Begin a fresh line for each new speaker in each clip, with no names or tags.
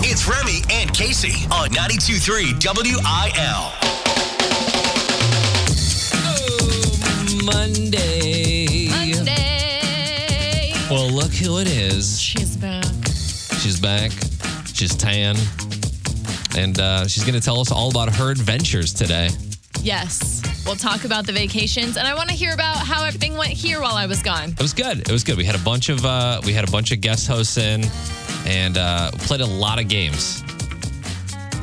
It's Remy and Casey on 92.3 WIL.
Oh, Monday.
Monday.
Well, look who it is.
She's back.
She's back. She's tan. And uh, she's going to tell us all about her adventures today.
Yes. We'll talk about the vacations and I want to hear about how everything went here while I was gone.
It was good. It was good. We had a bunch of uh, we had a bunch of guest hosts in, and uh, played a lot of games.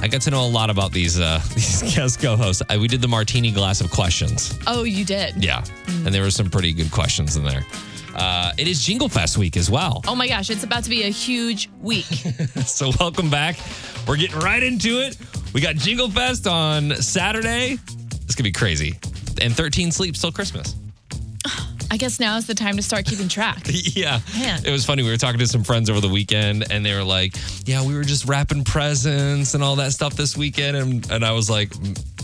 I got to know a lot about these uh, these guest co-hosts. I, we did the martini glass of questions.
Oh, you did.
Yeah, and there were some pretty good questions in there. Uh, it is Jingle Fest week as well.
Oh my gosh, it's about to be a huge week.
So welcome back. We're getting right into it. We got Jingle Fest on Saturday. It's gonna be crazy. And 13 sleeps till Christmas.
I guess now is the time to start keeping track.
Yeah.
Man.
It was funny. We were talking to some friends over the weekend and they were like, Yeah, we were just wrapping presents and all that stuff this weekend. And, and I was like,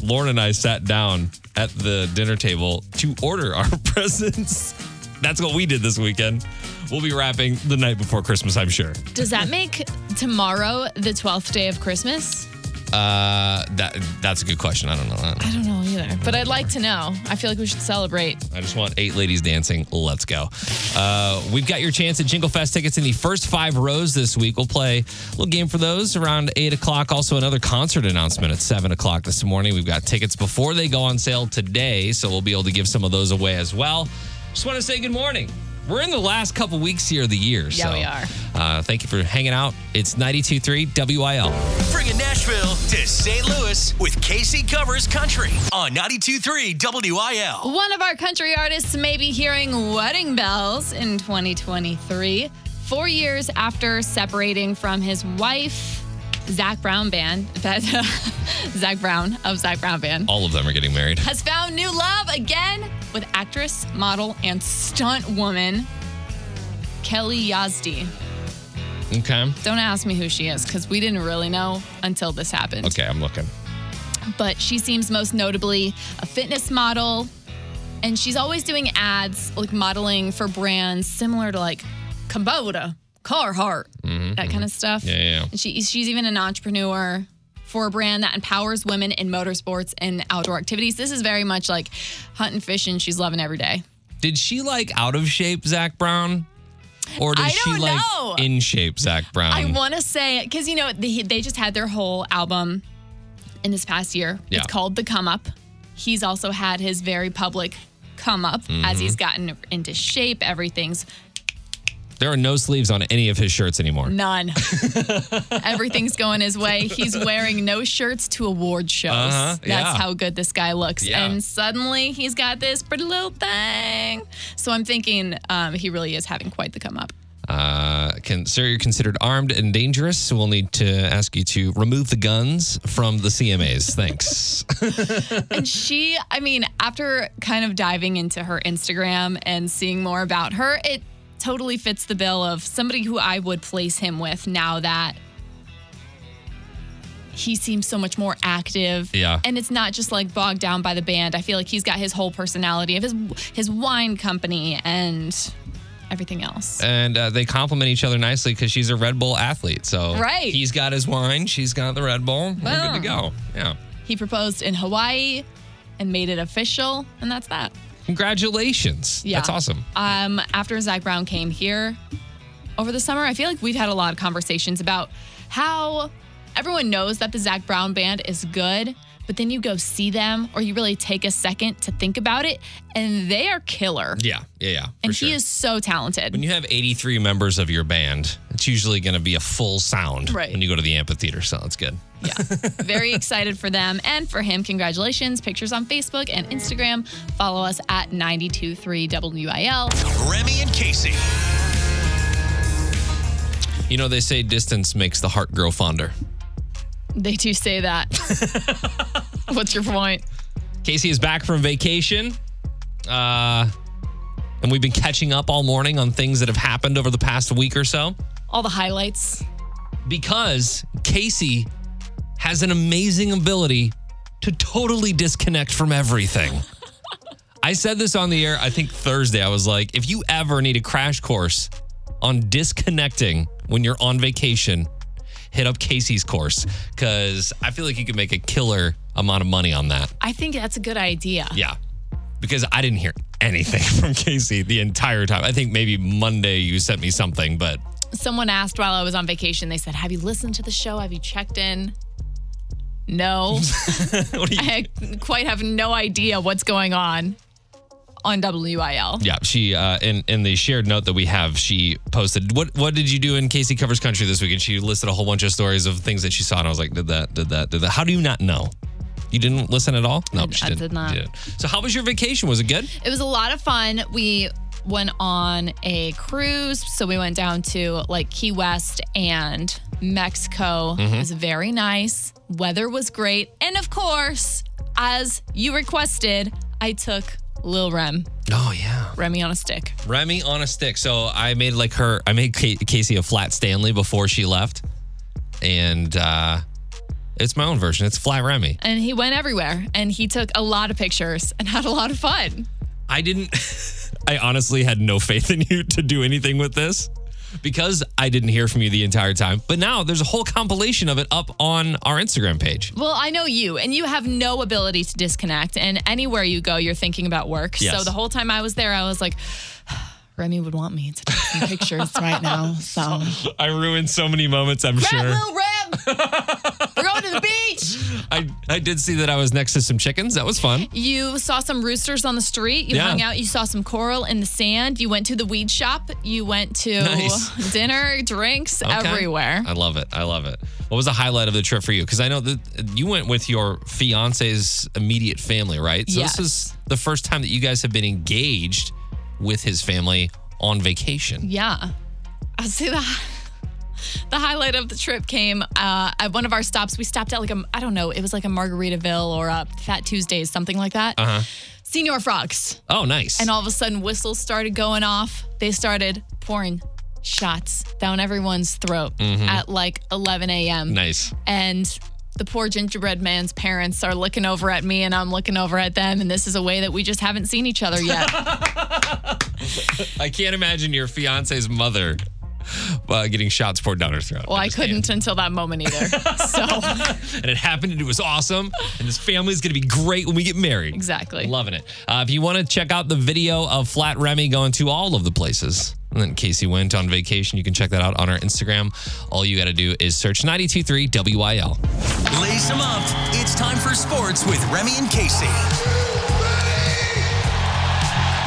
Lauren and I sat down at the dinner table to order our presents. That's what we did this weekend. We'll be wrapping the night before Christmas, I'm sure.
Does that make tomorrow the 12th day of Christmas?
Uh, that That's a good question. I don't know. I,
I don't know either, but I'd like to know. I feel like we should celebrate.
I just want eight ladies dancing. Let's go. Uh, we've got your chance at Jingle Fest tickets in the first five rows this week. We'll play a little game for those around eight o'clock. Also, another concert announcement at seven o'clock this morning. We've got tickets before they go on sale today, so we'll be able to give some of those away as well. Just want to say good morning. We're in the last couple weeks here of the year.
Yeah,
so,
we are.
Uh, thank you for hanging out. It's 92.3 WIL.
Bringing Nashville to St. Louis with Casey Covers Country on 92.3 WIL.
One of our country artists may be hearing wedding bells in 2023, four years after separating from his wife, Zach Brown Band. That, Zach Brown of Zach Brown Band
All of them are getting married.
has found new love again with actress, model, and stunt woman Kelly Yazdi.
Okay.
Don't ask me who she is because we didn't really know until this happened.
Okay, I'm looking.
But she seems most notably a fitness model, and she's always doing ads like modeling for brands similar to like Kubota, Carhartt, that kind of stuff.
Mm-hmm. Yeah, yeah, yeah.
And she, she's even an entrepreneur for a brand that empowers women in motorsports and outdoor activities. This is very much like hunt and fishing. She's loving every day.
Did she like out of shape Zach Brown? Or does
I
she
don't
like
know.
in shape Zach Brown?
I want to say because you know they, they just had their whole album in this past year.
Yeah.
It's called The Come Up. He's also had his very public come up as
Mm-hmm.
he's gotten into shape. Everything's
there are no sleeves on any of his shirts anymore.
none. Everything's going his way. He's wearing no shirts to award shows.
Uh-huh,
That's
yeah.
how good this guy looks.
Yeah.
And suddenly he's got this pretty little thing. So I'm thinking um, he really is having quite the come up.
Uh, can, sir, you're considered armed and dangerous. So we'll need to ask you to remove the guns from the CMAs. Thanks.
And she, I mean, after kind of diving into her Instagram and seeing more about her, it totally fits the bill of somebody who I would place him with now that he seems so much more active.
Yeah.
And it's not just like bogged down by the band. I feel like he's got his whole personality of his his wine company and everything else.
and uh, they complement each other nicely because she's a Red Bull athlete. So
Right.
he's got his wine, she's got the Red Bull. We're good to
Boom.
go. Yeah.
He proposed in Hawaii and made it official, and that's that.
Congratulations.
Yeah.
That's awesome.
Um, after Zach Brown came here over the summer, I feel like we've had a lot of conversations about how everyone knows that the Zach Brown band is good, but then you go see them or you really take a second to think about it, and they are killer.
Yeah. Yeah. Yeah. for
and
sure.
he is so talented.
When you have 83 members of your band, it's usually going to be a full sound
Right.
when you go to the amphitheater. So that's good.
yeah. Very excited for them and for him. Congratulations. Pictures on Facebook and Instagram. Follow us at 923WIL.
Remy and Casey.
You know, they say distance makes the heart grow fonder.
They do say that. What's your point?
Casey is back from vacation. Uh, and we've been catching up all morning on things that have happened over the past week or so
All the highlights.
because Casey has an amazing ability to totally disconnect from everything. I said this on the air, I think Thursday. I was like, if you ever need a crash course on disconnecting when you're on vacation, hit up Casey's course because I feel like you could make a killer amount of money on that.
I think that's a good idea.
Yeah. Because I didn't hear anything from Casey the entire time. I think maybe Monday you sent me something, but
Someone asked while I was on vacation, they said, Have you listened to the show? Have you checked in? No.
what do you
I quite have no idea what's going on on WIL.
Yeah, she uh, in in the shared note that we have, she posted what what did you do in Casey covers country this week, and she listed a whole bunch of stories of things that she saw, and I was like, did that, did that, did that? How do you not know? You didn't listen at all? No,
I-
she
I
didn't.
did not.
She didn't. So how was your vacation? Was it good?
It was a lot of fun. We went on a cruise. So we went down to like Key West and Mexico. It was very nice. Weather was great. And of course, as you requested, I took Lil Rem,
Oh yeah,
Remy on a stick.
Remy on a stick. So I made like her, I made Ca- Casey a flat Stanley before she left, and uh it's my own version. It's flat Remy.
And he went everywhere and he took a lot of pictures and had a lot of fun.
I didn't. I honestly had no faith in you to do anything with this because I didn't hear from you the entire time. But now there's a whole compilation of it up on our Instagram page.
Well, I know you, and you have no ability to disconnect. And anywhere you go, you're thinking about work.
Yes.
So the whole time I was there, I was like, Remy would want me to take some pictures right now. So,
I ruined so many moments. I'm
Rat,
sure.
Lil Rem, we're going to the beach.
I I did see that I was next to some chickens. That was fun.
You saw some roosters on the street. You
Yeah.
hung out. You saw some coral in the sand. You went to the weed shop. You went to
Nice.
dinner, drinks
Okay.
everywhere.
I love it. I love it. What was the highlight of the trip for you? Because I know that you went with your fiance's immediate family, right? So
Yes.
this is the first time that you guys have been engaged with his family on vacation.
Yeah. I Uh, see the the highlight of the trip came uh, at one of our stops. We stopped at like a I don't know, it was like a Margaritaville or a Fat Tuesdays, something like that. Uh-huh. Senior frogs,
Oh, nice.
and all of a sudden whistles started going off. They started pouring shots down everyone's throat at like 11 a.m.
nice.
And the poor gingerbread man's parents are looking over at me, and I'm looking over at them. And this is a way that we just haven't seen each other yet.
I can't imagine your fiance's mother uh, getting shots poured down her throat.
well, I
Understand.
couldn't until that moment either. so.
And it happened, and it was awesome. And this family is going to be great when we get married.
Exactly.
Loving it. Uh, if you want to check out the video of Flat Remy going to all of the places, and then Casey went on vacation, you can check that out on our Instagram. All you got to do is search 923 WIL.
Lace them up. It's time for sports with Remy and Casey.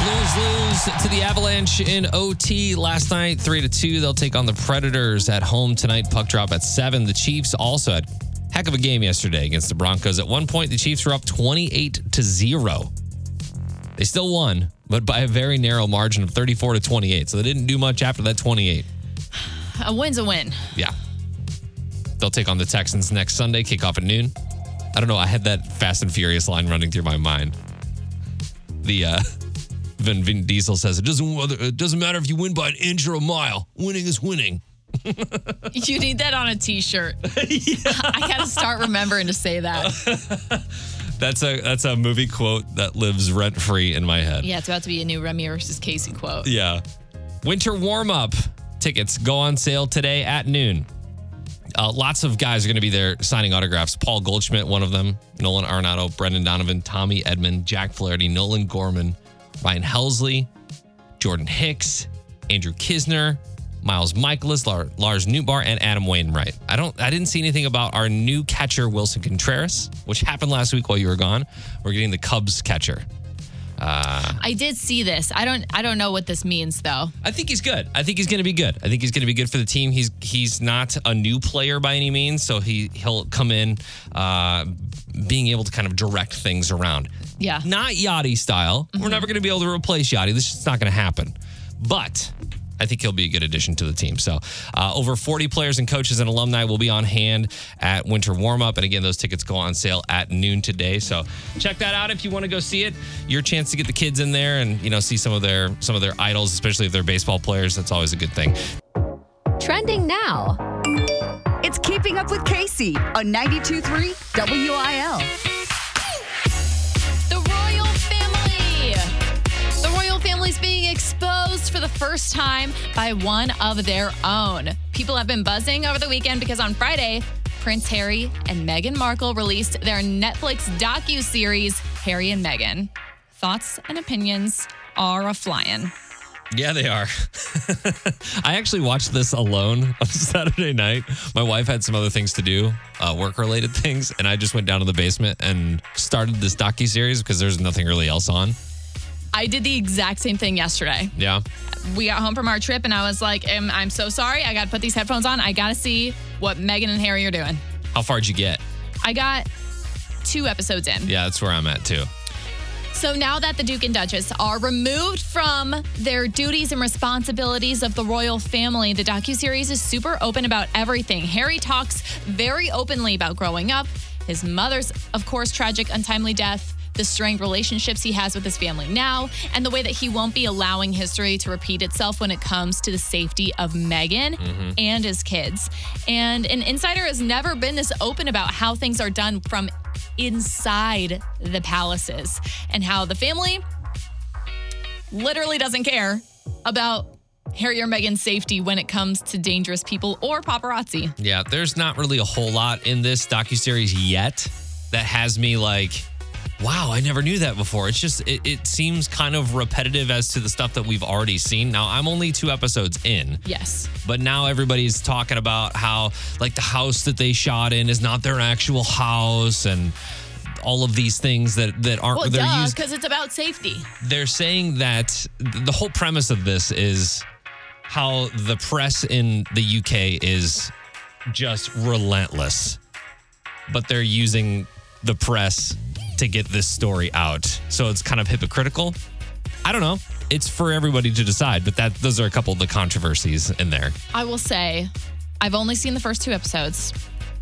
Blues lose to the Avalanche in OT last night, three to two. They'll take on the Predators at home tonight. Puck drop at seven. The Chiefs also had a heck of a game yesterday against the Broncos. At one point, the Chiefs were up twenty-eight to zero. They still won, but by a very narrow margin of thirty-four to twenty-eight. So they didn't do much after that twenty-eight.
A win's a win.
Yeah, they'll take on the Texans next Sunday, kickoff at noon. I don't know. I had that Fast and Furious line running through my mind. The uh, Vin, Vin Diesel says it doesn't whether, it doesn't matter if you win by an inch or a mile. Winning is winning.
You need that on a t-shirt. I gotta start remembering to say that.
That's a that's a movie quote that lives rent free in my head.
Yeah, it's about to be a new Remy versus Casey quote.
Yeah. Winter warm up tickets go on sale today at noon. Uh, lots of guys are going to be there signing autographs. Paul Goldschmidt, one of them, Nolan Arnato, Brendan Donovan, Tommy Edmond, Jack Flaherty, Nolan Gorman, Ryan Helsley, Jordan Hicks, Andrew Kisner, Miles Michaelis, Lar- Lars Newbar, and Adam Wainwright. I don't, I didn't see anything about our new catcher Wilson Contreras, which happened last week while you were gone. We're getting the Cubs catcher.
I did see this. I don't I don't know what this means though.
I think he's good. I think he's going to be good. I think he's going to be good for the team. He's he's not a new player by any means, so he he'll come in uh, being able to kind of direct things around.
Yeah.
Not Yachty style. We're never going to be able to replace Yachty. This is not going to happen. But I think he'll be a good addition to the team. So, uh, over 40 players and coaches and alumni will be on hand at winter warm up. And again, those tickets go on sale at noon today. So, check that out if you want to go see it. Your chance to get the kids in there and you know see some of their some of their idols, especially if they're baseball players. That's always a good thing.
Trending now. It's Keeping Up with Casey on 92.3 WIL.
The royal family. The royal family's being exposed for the first time by one of their own. People have been buzzing over the weekend because on Friday, Prince Harry and Meghan Markle released their Netflix docu-series Harry and Meghan. Thoughts and opinions are a flying.
Yeah, they are. I actually watched this alone on Saturday night. My wife had some other things to do, uh, work related things, and I just went down to the basement and started this docu series because there's nothing really else on.
I did the exact same thing yesterday.
Yeah.
we got home from our trip and I was like, "Am- I'm so sorry. I got to put these headphones on. I got to see what Megan and Harry are doing.
How far'd you get?
I got two episodes in.
Yeah, that's where I'm at too.
So now that the Duke and Duchess are removed from their duties and responsibilities of the royal family, the docuseries is super open about everything. Harry talks very openly about growing up, his mother's, of course, tragic, untimely death. The strained relationships he has with his family now, and the way that he won't be allowing history to repeat itself when it comes to the safety of Meghan
Mm-hmm.
and his kids. And an insider has never been this open about how things are done from inside the palaces and how the family literally doesn't care about Harry or Meghan's safety when it comes to dangerous people or paparazzi.
Yeah, there's not really a whole lot in this docuseries yet that has me like, wow, I never knew that before. It's just, it, it seems kind of repetitive as to the stuff that we've already seen. Now, I'm only two episodes in.
Yes.
But now everybody's talking about how, like, the house that they shot in is not their actual house and all of these things that, that aren't
Well,
they're
duh,
used.
because it's about safety.
They're saying that th- the whole premise of this is how the press in the UK is just relentless, but they're using the press to get this story out. So it's kind of hypocritical. I don't know. It's for everybody to decide, but that those are a couple of the controversies in there.
I will say, I've only seen the first two episodes.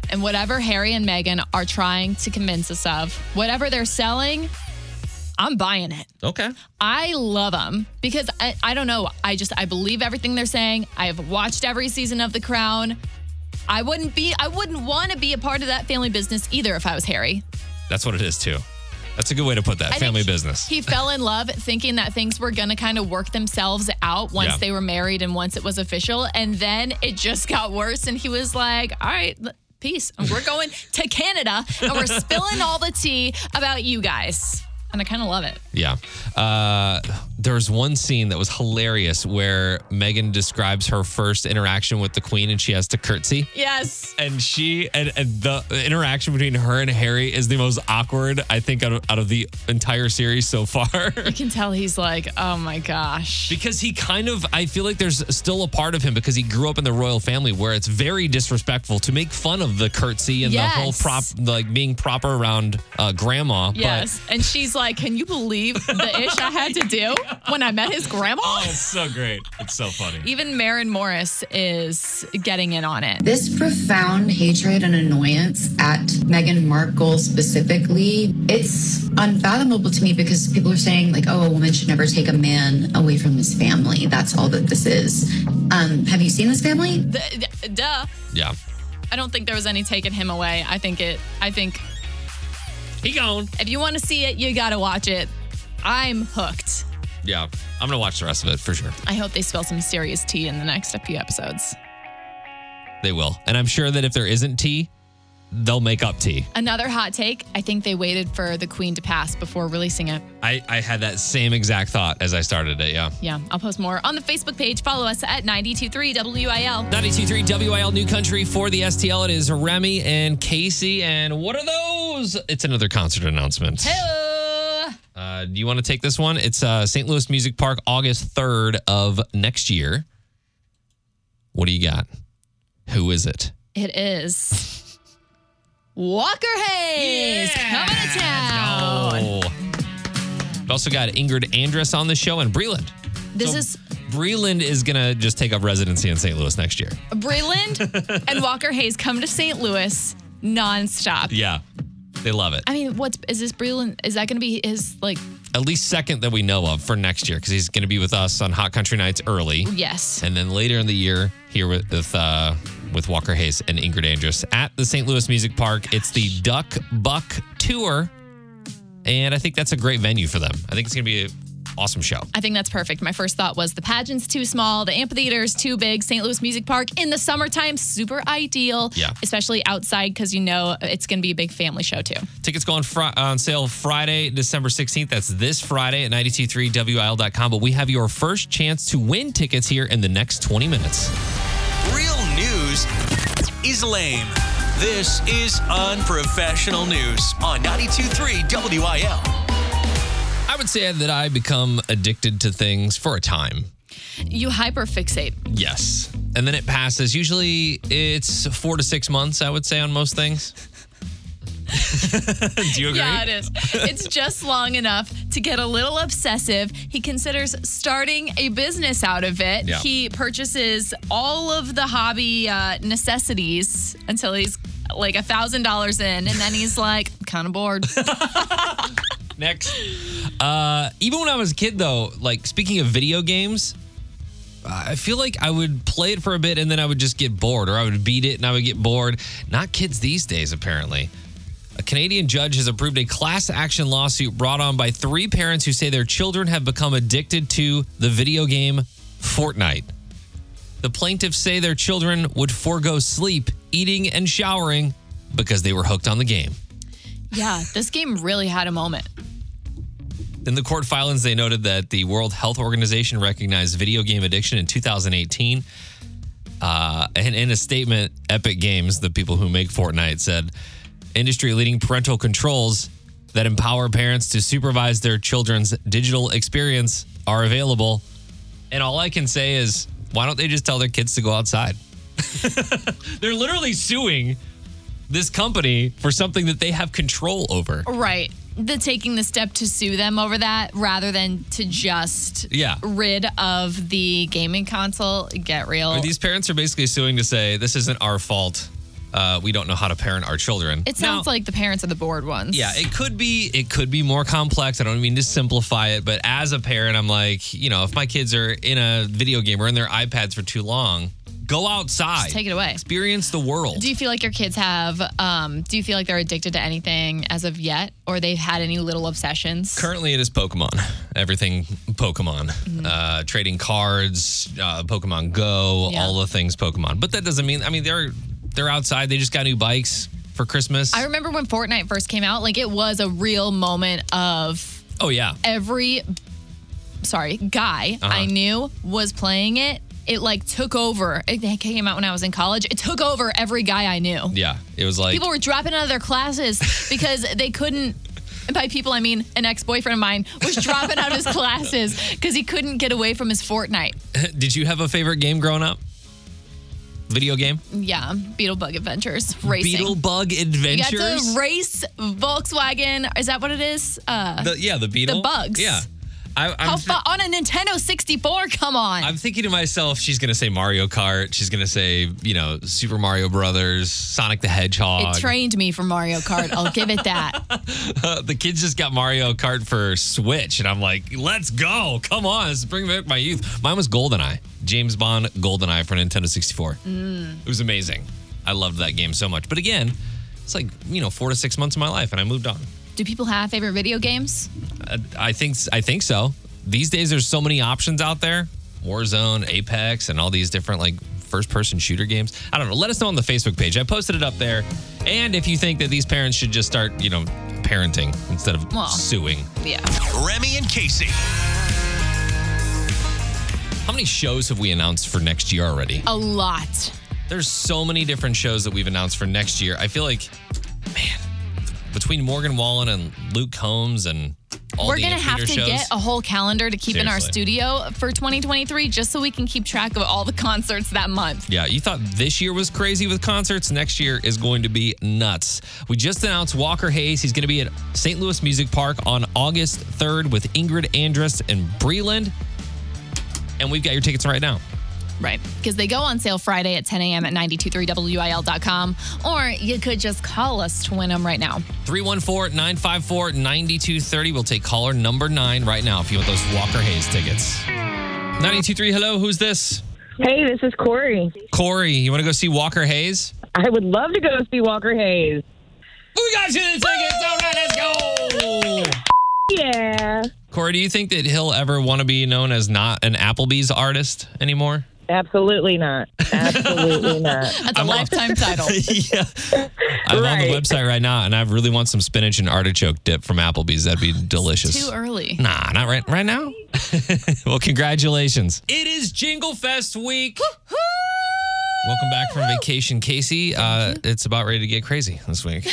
And whatever Harry and Meghan are trying to convince us of, whatever they're selling, I'm buying it.
Okay.
I love them because I, I don't know. I just I believe everything they're saying. I have watched every season of The Crown. I wouldn't be I wouldn't want to be a part of that family business either if I was Harry.
That's what it is too. That's a good way to put that.
I think
Family
he-
business.
He fell in love thinking that things were gonna kind of work themselves out once
Yeah.
they were married and once it was official. And then it just got worse and he was like, All right, l- peace. We're going to Canada and we're spilling all the tea about you guys. And I kinda love it.
yeah. Uh, there was one scene that was hilarious where Megan describes her first interaction with the Queen, and she has to curtsy.
Yes.
And she and, and the interaction between her and Harry is the most awkward I think out of, out of the entire series so far.
You can tell he's like, Oh my gosh.
Because he kind of, I feel like there's still a part of him because he grew up in the royal family where it's very disrespectful to make fun of the curtsy and the whole
Yes.
prop, like being proper around uh, grandma. but-
Yes. and she's like, Can you believe the ish I had to do when I met his grandma?
Oh, it's so great. It's so funny.
Even Marin Morris is getting in on it.
This profound hatred and annoyance at Meghan Markle specifically, it's unfathomable to me because people are saying, like, oh, a woman should never take a man away from his family. That's all that this is. Um, have you seen this family?
D- d- Duh.
Yeah.
I don't think there was any taking him away. I think it, I think
He gone.
if you want to see it, you got to watch it. I'm hooked.
Yeah. I'm going to watch the rest of it for sure.
I hope they spill some serious tea in the next few episodes.
They will. And I'm sure that if there isn't tea, they'll make up tea.
Another hot take I think they waited for the queen to pass before releasing it.
I, I had that same exact thought as I started it. Yeah.
Yeah, I'll post more on the Facebook page. Follow us at 923 WIL.
923 WIL New Country for the STL. It is Remy and Casey. And what are those? It's another concert announcement.
Hello.
Uh, do you want to take this one? It's uh, St. Louis Music Park, August 3rd of next year. What do you got? Who is it?
It is Walker Hayes coming to town.
Oh. We've also got Ingrid Andress on the show and Breland.
This
So
is
Breland is going to just take up residency in St. Louis next year.
Breland and Walker Hayes come to St. Louis nonstop.
Yeah. They love it.
I mean, what's is this Breland? Is that going to be his like?
At least second that we know of for next year because he's going to be with us on Hot Country Nights early.
Yes.
and then later in the year here with with, uh, with Walker Hayes and Ingrid Andress at the St. Louis Music Park. It's the Duck Buck Tour, and I think that's a great venue for them. I think it's going to be Awesome show.
I think that's perfect. My first thought was the pageant's too small, the amphitheater's too big, St. Louis Music Park in the summertime, super ideal.
Yeah.
Especially outside because you know it's going to be a big family show too.
Tickets go on, fri- on sale Friday, December 16th. That's this Friday at 923wil.com. But we have your first chance to win tickets here in the next 20 minutes.
Real news is lame. This is unprofessional news on 92.3 WIL.
I would say that I become addicted to things for a time.
You hyperfixate.
Yes. And then it passes. Usually it's four to six months, I would say, on most things. Do you agree?
Yeah, it is. it's just long enough to get a little obsessive. He considers starting a business out of it.
Yeah.
He purchases all of the hobby uh, necessities until he's like a thousand dollars in, and then he's like, kind of bored.
Next. Uh, even when I was a kid, though, like speaking of video games, I feel like I would play it for a bit and then I would just get bored, or I would beat it and I would get bored. Not kids these days, apparently. A Canadian judge has approved a class action lawsuit brought on by three parents who say their children have become addicted to the video game Fortnite. The plaintiffs say their children would forego sleep, eating, and showering because they were hooked on the game.
yeah, this game really had a moment.
In the court filings, they noted that the World Health Organization recognized video game addiction in 2018. Uh, and in a statement, Epic Games, the people who make Fortnite, said industry leading parental controls that empower parents to supervise their children's digital experience are available. And all I can say is, why don't they just tell their kids to go outside? They're literally suing this company for something that they have control over.
Right. The taking the step to sue them over that rather than to just
Yeah.
rid of the gaming console. Get real.
These parents are basically suing to say this isn't our fault. Uh, we don't know how to parent our children.
it sounds
Now-
like the parents are the bored ones.
yeah, it could be it could be more complex. I don't mean to simplify it, but as a parent, I'm like, you know, if my kids are in a video game or in their iPads for too long, go outside,
take it away.
experience the world.
Do you feel like your kids have? Um, do you feel like they're addicted to anything as of yet, or they've had any little obsessions?
Currently, it is Pokemon. Everything Pokemon.
Mm-hmm.
Uh, trading cards, uh, Pokemon Go,
Yeah.
all the things Pokemon. But that doesn't mean. I mean, they're they're outside. They just got new bikes for Christmas.
I remember when Fortnite first came out. Like it was a real moment of
oh yeah.
every sorry guy I knew was playing it. It like took over. It came out when I was in college. It took over every guy I knew.
Yeah, it was like
People were dropping out of their classes because they couldn't. and By people, I mean an ex-boyfriend of mine was dropping out of his classes because he couldn't get away from his Fortnite.
Did you have a favorite game growing up? Video game?
Yeah, Beetlebug Adventures racing.
Beetlebug
you got to
Adventures?
race Volkswagen. Is that what it is? Uh,
The- yeah, the Beetle.
bugs.
Yeah. I,
how
I'm,
fa- on a Nintendo 64? Come on.
I'm thinking to myself, she's going to say Mario Kart. She's going to say, you know, Super Mario Brothers, Sonic the Hedgehog.
It trained me for Mario Kart. I'll give it that.
Uh, the kids just got Mario Kart for Switch. And I'm like, let's go. Come on. Let's bring back my youth. Mine was GoldenEye. James Bond GoldenEye for Nintendo 64. It was amazing. I loved that game so much. But again, it's like, you know, four to six months of my life and I moved on.
Do people have favorite video games?
I- I think I think so. These days, there's so many options out there: Warzone, Apex, and all these different like first-person shooter games. I don't know. Let us know on the Facebook page. I posted it up there. And if you think that these parents should just start, you know, parenting instead of
Well.
suing,
Yeah.
Remy and Casey.
how many shows have we announced for next year already?
A lot.
There's so many different shows that we've announced for next year. I feel like, man, between Morgan Wallen and Luke Combs and all
We're
the
going to have to
amphitheater shows,
get a whole calendar to keep in our
Seriously.
studio for 2023 just so we can keep track of all the concerts that month.
Yeah, you thought this year was crazy with concerts. Next year is going to be nuts. We just announced Walker Hayes. He's going to be at St. Louis Music Park on August 3rd with Ingrid Andress and Breland. And we've got your tickets right now.
Right. Because they go on sale Friday at 10 a.m. at 923wil.com, or you could just call us to win them right now.
314 954 9230. We'll take caller number nine right now if you want those Walker Hayes tickets. 923, hello, who's this?
Hey, this is Corey.
Corey, you want to go see Walker Hayes?
I would love to go see Walker Hayes.
We got you the tickets. All right, let's go.
Yeah.
Corey, do you think that he'll ever want to be known as not an Applebee's artist anymore?
Absolutely not. Absolutely not.
That's a lifetime title.
yeah. I'm on the
Right.
website right now and I really want some spinach and artichoke dip from Applebee's. That'd be delicious.
Too early.
Nah, not right right now. well, congratulations. It is Jingle Fest week. Welcome back from vacation, Casey. Uh, it's about ready to get crazy this week.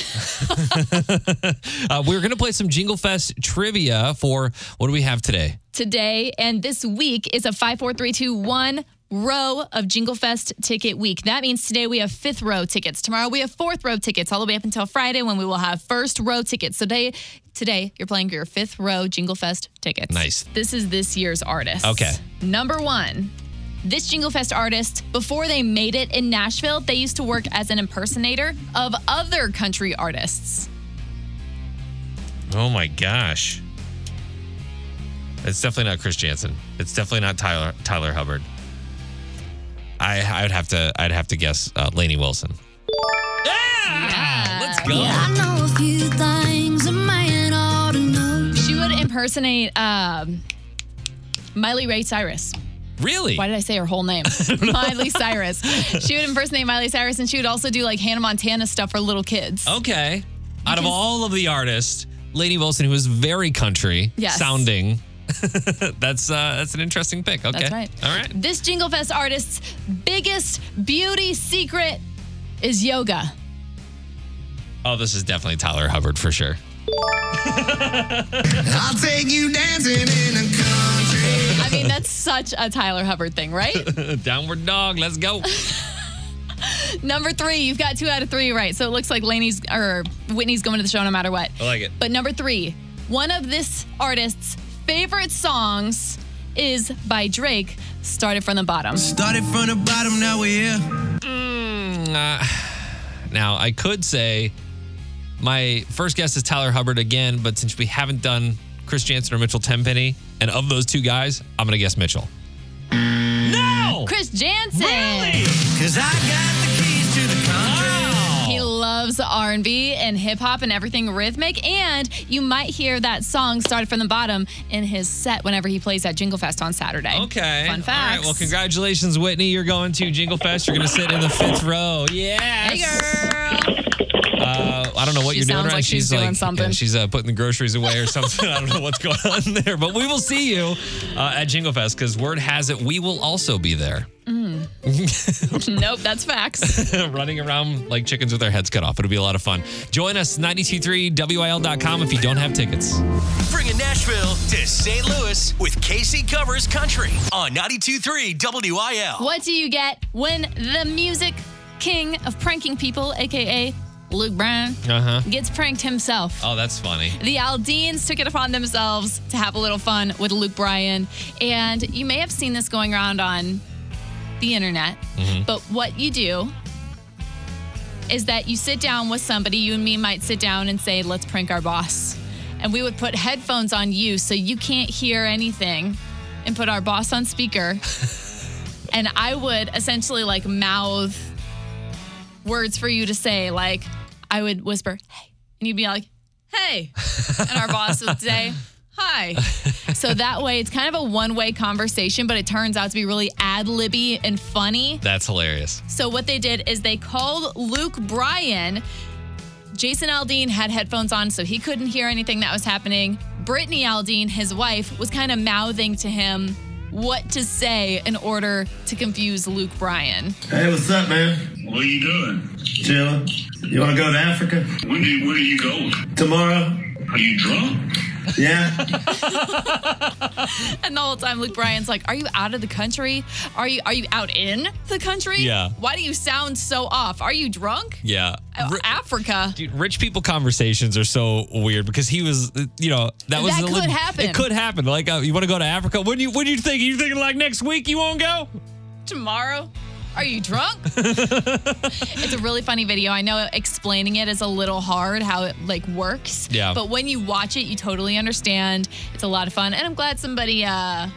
uh, we're going to play some Jingle Fest trivia for what do we have today?
Today and this week is a 54321 row of Jingle Fest ticket week. That means today we have fifth row tickets. Tomorrow we have fourth row tickets all the way up until Friday when we will have first row tickets. So today, today you're playing for your fifth row Jingle Fest tickets.
Nice.
This is this year's artist.
Okay.
Number one. This Jingle Fest artist, before they made it in Nashville, they used to work as an impersonator of other country artists.
Oh my gosh. It's definitely not Chris Jansen. It's definitely not Tyler Tyler Hubbard. I I would have to I'd have to guess uh, Laney Wilson. Yeah! Let's go.
know a few things a man ought to know.
She would impersonate um, Miley Ray Cyrus.
Really?
Why did I say her whole name? Miley Cyrus. She would impersonate Miley Cyrus and she would also do like Hannah Montana stuff for little kids.
Oh, Okay. Out of all of the artists, Laney Wilson, who is very country
Yes.
sounding, that's uh, that's an interesting pick. Okay.
That's right.
All right.
This Jingle Fest artist's biggest beauty secret is yoga.
Oh, this is definitely Tyler Hubbard for sure.
I'll take you dancing in the country.
I mean, that's such a Tyler Hubbard thing, right?
Downward dog. Let's go.
number three, you've got two out of three right. So it looks like Laney's or Whitney's going to the show no matter what.
I like it.
But number three, one of this artist's favorite songs is by Drake, Started from the Bottom.
Started from the bottom, now we're here.
Uh, now, I could say my first guess is Tyler Hubbard again, but since we haven't done Chris Jansen or Mitchell Tenpenny, and of those two guys, I'm going to guess Mitchell. No!
Mm. Chris Jansen.
Cause I got the keys to the country.
He loves R&B and hip hop and everything rhythmic and you might hear that song started from the bottom in his set whenever he plays at Jingle Fest on Saturday.
Okay.
Fun
All
fact.
right. Well, congratulations, Whitney. You're going to Jingle Fest. You're going to sit in the fifth row. Yes.
Hey girl.
Uh, I don't know what
She
you're doing
sounds
right.
like she's doing
yeah,
something.
she's uh, putting the groceries away or something. I don't know what's going on there, but we will see you uh, at Jingle Fest because word has it we will also be there,
nope, that's facts.
running around like chickens with our heads cut off. It'll be a lot of fun. Join us 923wil.com if you don't have tickets.
Bringing Nashville to St. Louis with KC Covers Country on 923 WIL.
what do you get when the music king of pranking people aka Luke Bryan
Uh huh.
gets pranked himself?
Oh, that's funny.
The Aldeans took it upon themselves to have a little fun with Luke Bryan. And you may have seen this going around on the internet, but what you do is that you sit down with somebody, you and me might sit down and say, let's prank our boss. And we would put headphones on you so you can't hear anything and put our boss on speaker. and I would essentially like mouth words for you to say. Like, I would whisper, hey. And you'd be like, hey. And our boss would say, hi. So that way, it's kind of a one way conversation, but it turns out to be really ad libby and funny.
That's hilarious.
So what they did is they called Luke Bryan. Jason Aldean had headphones on, so he couldn't hear anything that was happening. Brittany Aldean, his wife, was kind of mouthing to him what to say in order to confuse Luke Bryan.
Hey, what's up, man?
What are you doing?
Chillin'. You want to go to Africa
When do you, where are you going?
tomorrow?
Are you drunk?
Yeah.
And the whole time Luke Bryan's like, "Are you out of the country? Are you are you out in the country?
Yeah.
Why do you sound so off? Are you drunk?
Yeah.
Oh, Africa.
Dude, rich people conversations are so weird because he was, uh, you know, that was
That
the
could happen.
It could happen. Like, uh, you want to go to Africa? What do you? What do you think? You thinking like next week you won't go?
tomorrow? Are you drunk? it's a really funny video. I know explaining it is a little hard how it like works.
Yeah.
But when you watch it, you totally understand. It's a lot of fun, and I'm glad somebody uh,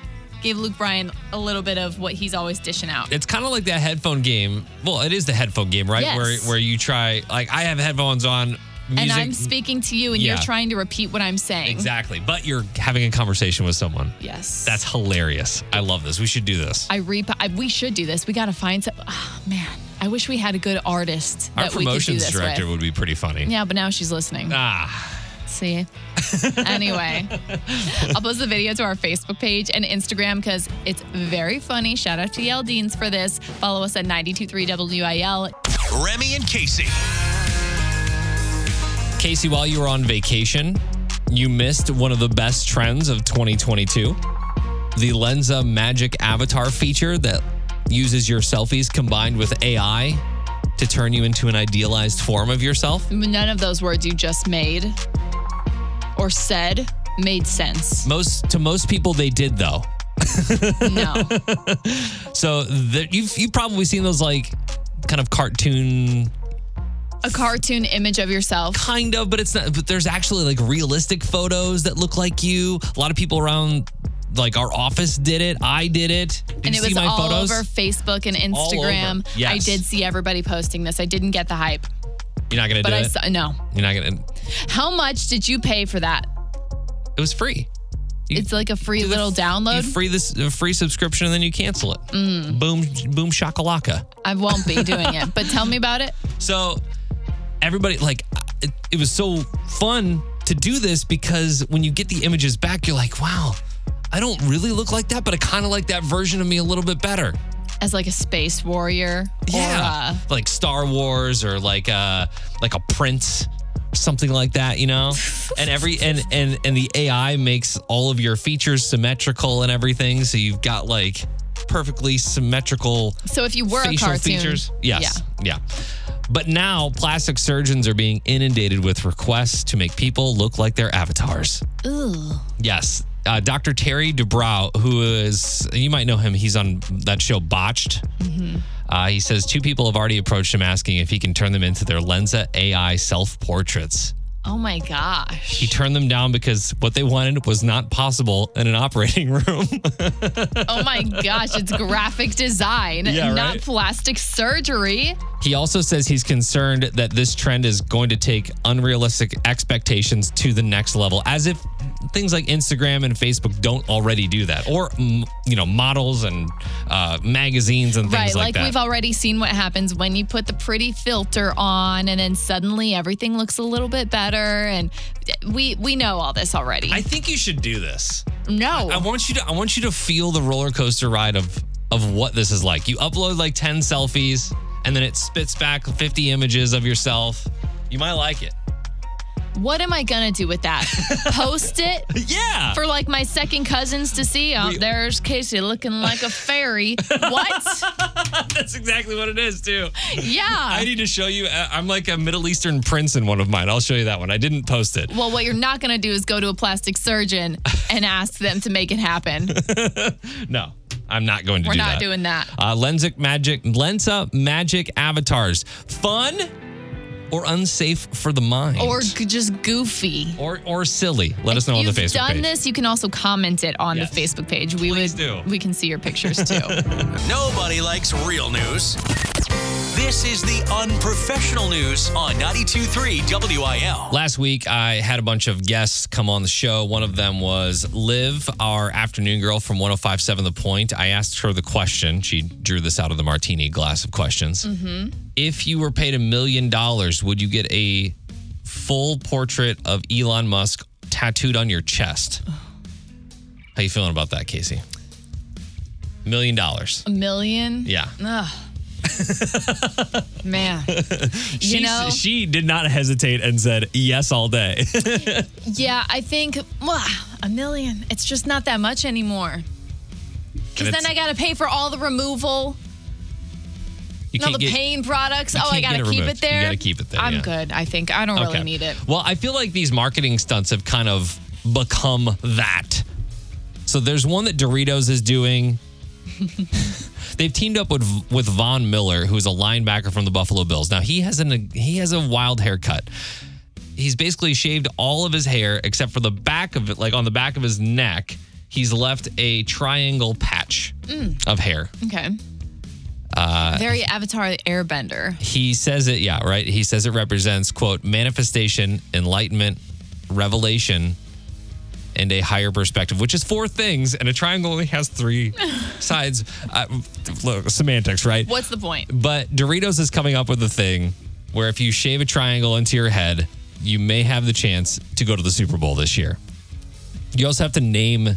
gave Luke Bryan a little bit of what he's always dishing out.
It's kind of like that headphone game. Well, it is the headphone game, right?
Yes.
Where where you try like I have headphones on.
and
music-
I'm speaking to you and
Yeah.
you're trying to repeat what I'm saying.
Exactly. But you're having a conversation with someone.
Yes.
That's hilarious. I love this. We should do this.
I re I, we should do this. We got to find some oh, man. I wish we had a good artist
Our
that we could do
promotions
this
director
with.
would be pretty funny.
Yeah, but now she's listening.
Ah.
See? anyway, I'll post the video to our Facebook page and Instagram because it's very funny. Shout out to Yale Deans for this. Follow us at 923 WIL.
Remy and Casey.
Casey, while you were on vacation, you missed one of the best trends of 2022 the Lenza Magic Avatar feature that uses your selfies combined with AI to turn you into an idealized form of yourself.
None of those words you just made or said made sense.
Most to most people, they did though.
No.
So the, you've you've probably seen those like kind of cartoon
a cartoon image of yourself.
kind of, but it's not. But there's actually like realistic photos that look like you. A lot of people around like our office did it. I did it. Did
and
you
it was
see my
all
photos?
over Facebook and
All over.
Instagram. I
Yes.
did see everybody posting this. I didn't get the hype,
You're not gonna
but
do
I
it.
saw, no.
You're not gonna.
How much did you pay for that?
It was free. You-
It's like a free
do the
little
f- You
download. Mm.
free this a free subscription and then you cancel it. Boom, boom, shakalaka.
I won't be doing it, but tell me about it.
So everybody like it, it was so fun to do this because when you get the images back, you're like, wow, I don't really look like that, but I kind of like that version of me a little bit better.
As like a space warrior.
Yeah,
Or, uh,
like Star Wars or like a like a prince, something like that, you know. and every and and and the AI makes all of your features symmetrical and everything, so you've got like perfectly symmetrical
so if you were
facial
a cartoon,
features. Yes, yeah. But now plastic surgeons are being inundated with requests to make people look like their avatars.
Yeah. Ooh.
Yes. Uh, Dr. Terry Dubrow, who is, you might know him, he's on that show Botched.
Mm-hmm.
Uh, he says two people have already approached him asking if he can turn them into their Lenza AI self portraits.
Oh my gosh.
He turned them down because what they wanted was not possible in an operating room.
Oh my gosh. It's graphic design,
Yeah,
not
right?
plastic surgery.
he also says he's concerned that this trend is going to take unrealistic expectations to the next level, as if things like Instagram and Facebook don't already do that, or, mm, you know, models and uh, magazines and things
Right, like,
like, that.
we've already seen what happens when you put the pretty filter on, and then suddenly everything looks a little bit better. And uh, we we know all this already.
I think you should do this.
no,
I want you to I want you to feel the roller coaster ride of of what this is like. You upload like 10 selfies and then it spits back 50 images of yourself. You might like it.
what am I gonna do with that? Post it
Yeah.
for like my second cousins to see. Oh, there's Casey looking like a fairy. what?
That's exactly what it is, too.
Yeah.
I need to show you uh, I'm like a Middle Eastern prince in one of mine. I'll show you that one. I didn't post it.
well, what you're not gonna do is go to a plastic surgeon and ask them to make it happen.
No. I'm not going to
We're
do
not
that.
doing that.
Uh, Lensic Magic Lensa Magic Avatars. Fun or unsafe for the mind.
Or g- just goofy.
or, or silly. Let us know on the
you've
Facebook
done
page.
this, you can also comment it on
Yes.
the Facebook page. We
Please
would
do.
we can see your pictures too.
Nobody likes real news. This is the unprofessional news on 923 WIL.
Last week, I had a bunch of guests come on the show. One of them was Liv, our afternoon girl from 1057 The Point. I asked her the question. She drew this out of the martini glass of questions.
Mm-hmm.
If you were paid a million dollars, would you get a full portrait of Elon Musk tattooed on your chest? How you feeling about that, Casey? Million dollars.
A million?
Yeah.
Ugh. Man. you know?
she did not hesitate and said yes all day.
yeah, I think wow, a million. It's just not that much anymore. Because
it's-
then I gotta pay for all the removal,
You
and all the pain products. Oh, I
can't get
gotta
it
keep
removed.
it there.
You gotta keep it there,
I'm
yeah.
good. I think I don't really need it.
Well, I feel like these marketing stunts have kind of become that. So there's one that Doritos is doing. They've teamed up with with Von Miller, who's a linebacker from the Buffalo Bills. Now he has an he has a wild haircut. He's basically shaved all of his hair except for the back of it, like on the back of his
Mm.
neck. He's left a triangle patch of hair.
Okay.
Uh,
Very Avatar Airbender.
he says it, yeah, right? He says it represents, quote, manifestation, enlightenment, revelation, and a higher perspective, which is four things, and a triangle only has three sides. Uh, look, semantics, right?
What's the point?
But Doritos is coming up with a thing where if you shave a triangle into your head, you may have the chance to go to the Super Bowl this year. You also have to name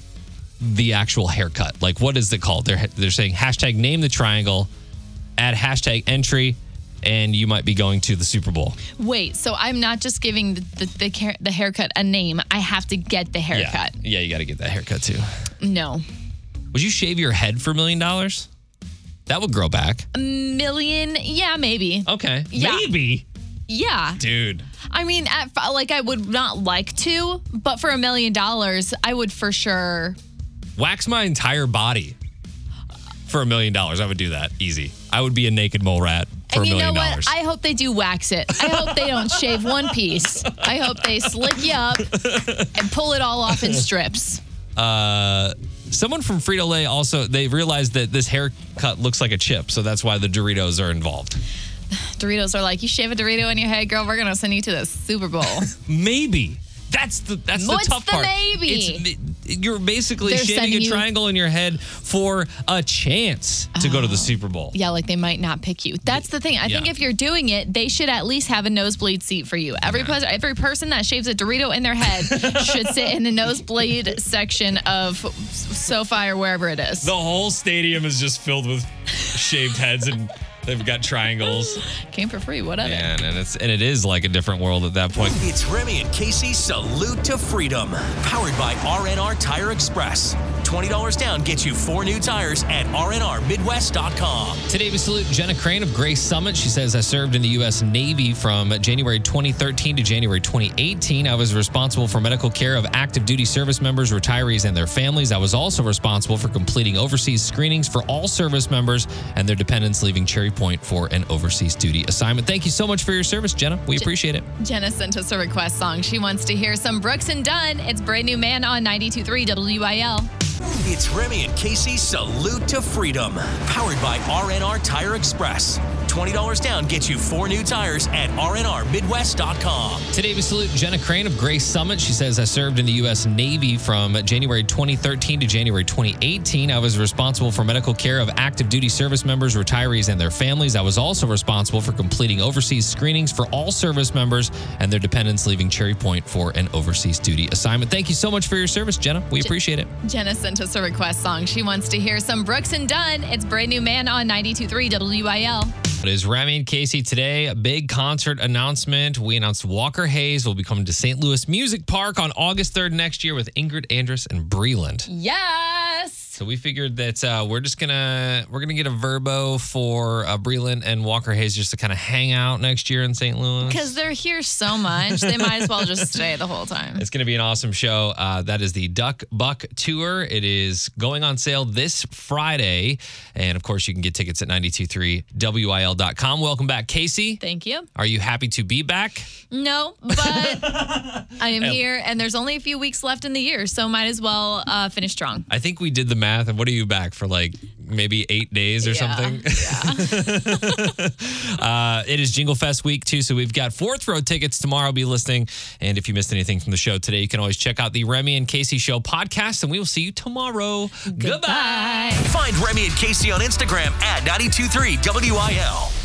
the actual haircut. Like, what is it called? They're they're saying hashtag name the triangle, add hashtag entry, and you might be going to the Super Bowl.
Wait, so I'm not just giving the the, the, care- the haircut a name. I have to get the haircut.
Yeah, yeah you got to get that haircut too.
No.
Would you shave your head for a million dollars? That would grow back.
A million? Yeah, maybe.
Okay,
Um, Yeah.
maybe,
Yeah.
dude.
I mean, at, f- like I would not like to, but for a million dollars, I would for sure.
wax my entire body for a million dollars. I would do that easy. I would be a naked mole rat for a
and you know
million
what?
dollars.
I hope they do wax it. I hope they don't shave one piece. I hope they slick you up and pull it all off in strips.
Uh, someone from Frito Lay also they realized that this haircut looks like a chip, so that's why the Doritos are involved.
Doritos are like, you shave a Dorito in your head, girl, we're going to send you to the Super Bowl.
Maybe that's the that's
What's
the tough
the
part.
maybe?
It's, you're basically
They're
shaving
sending
a
you-
triangle in your head for a chance to go to the Super Bowl.
Oh. yeah, like they might not pick you. That's the thing. I think
Yeah.
if you're doing it, they should at least have a nosebleed seat for you. Every, pers- every person that shaves a Dorito in their head should sit in the nosebleed section of SoFi or wherever it is.
The whole stadium is just filled with shaved heads and they've got triangles.
Came for free, whatever.
Man, and it's and it is like a different world at that point.
It's Remy and Casey's Salute to Freedom, powered by RNR Tire Express. $20 down gets you four new tires at rnrmidwest.com.
Today we salute Jenna Crane of Grace Summit. She says, I served in the U.S. Navy from January 2013 to January 2018. I was responsible for medical care of active duty service members, retirees, and their families. I was also responsible for completing overseas screenings for all service members and their dependents leaving Cherry Point for an overseas duty assignment. Thank you so much for your service, Jenna. We appreciate it.
Jenna sent us a request song. She wants to hear some Brooks and Dunn. It's Brand New Man on 92.3 WIL.
It's Remy and Casey's Salute to Freedom, powered by RNR Tire Express. $20 down gets you four new tires at rnrmidwest.com.
Today we salute Jenna Crane of Grace Summit. She says, I served in the U.S. Navy from January 2013 to January 2018. I was responsible for medical care of active duty service members, retirees, and their families. I was also responsible for completing overseas screenings for all service members and their dependents leaving Cherry Point for an overseas duty assignment. Thank you so much for your service, Jenna. We appreciate it.
Jenna sent us a request song. She wants to hear some Brooks and Dunn. It's Brand New Man on 92.3 WIL.
It is Remy and Casey today. A big concert announcement. We announced Walker Hayes will be coming to St. Louis Music Park on August 3rd next year with Ingrid Andress and Breland.
Yes!
So we figured that uh, we're just gonna we're gonna get a verbo for uh, Breland and Walker Hayes just to kind of hang out next year in St. Louis.
Because they're here so much, they might as well just stay the whole time.
It's going to be an awesome show. Uh, that is the Duck Buck Tour. It is going on sale this Friday. And of course, you can get tickets at 923wil.com. Welcome back, Casey.
Thank you.
Are you happy to be back?
No, but I am here, and there's only a few weeks left in the year, so might as well uh, finish strong.
I think we did the math. And what are you back for like maybe eight days or
Yeah,
something? uh, it is Jingle Fest week too. So we've got fourth row tickets tomorrow. Be listening. And if you missed anything from the show today, you can always check out the Remy and Casey Show podcast. And we will see you tomorrow. Goodbye.
Bye.
Find Remy and Casey on Instagram at 923wil.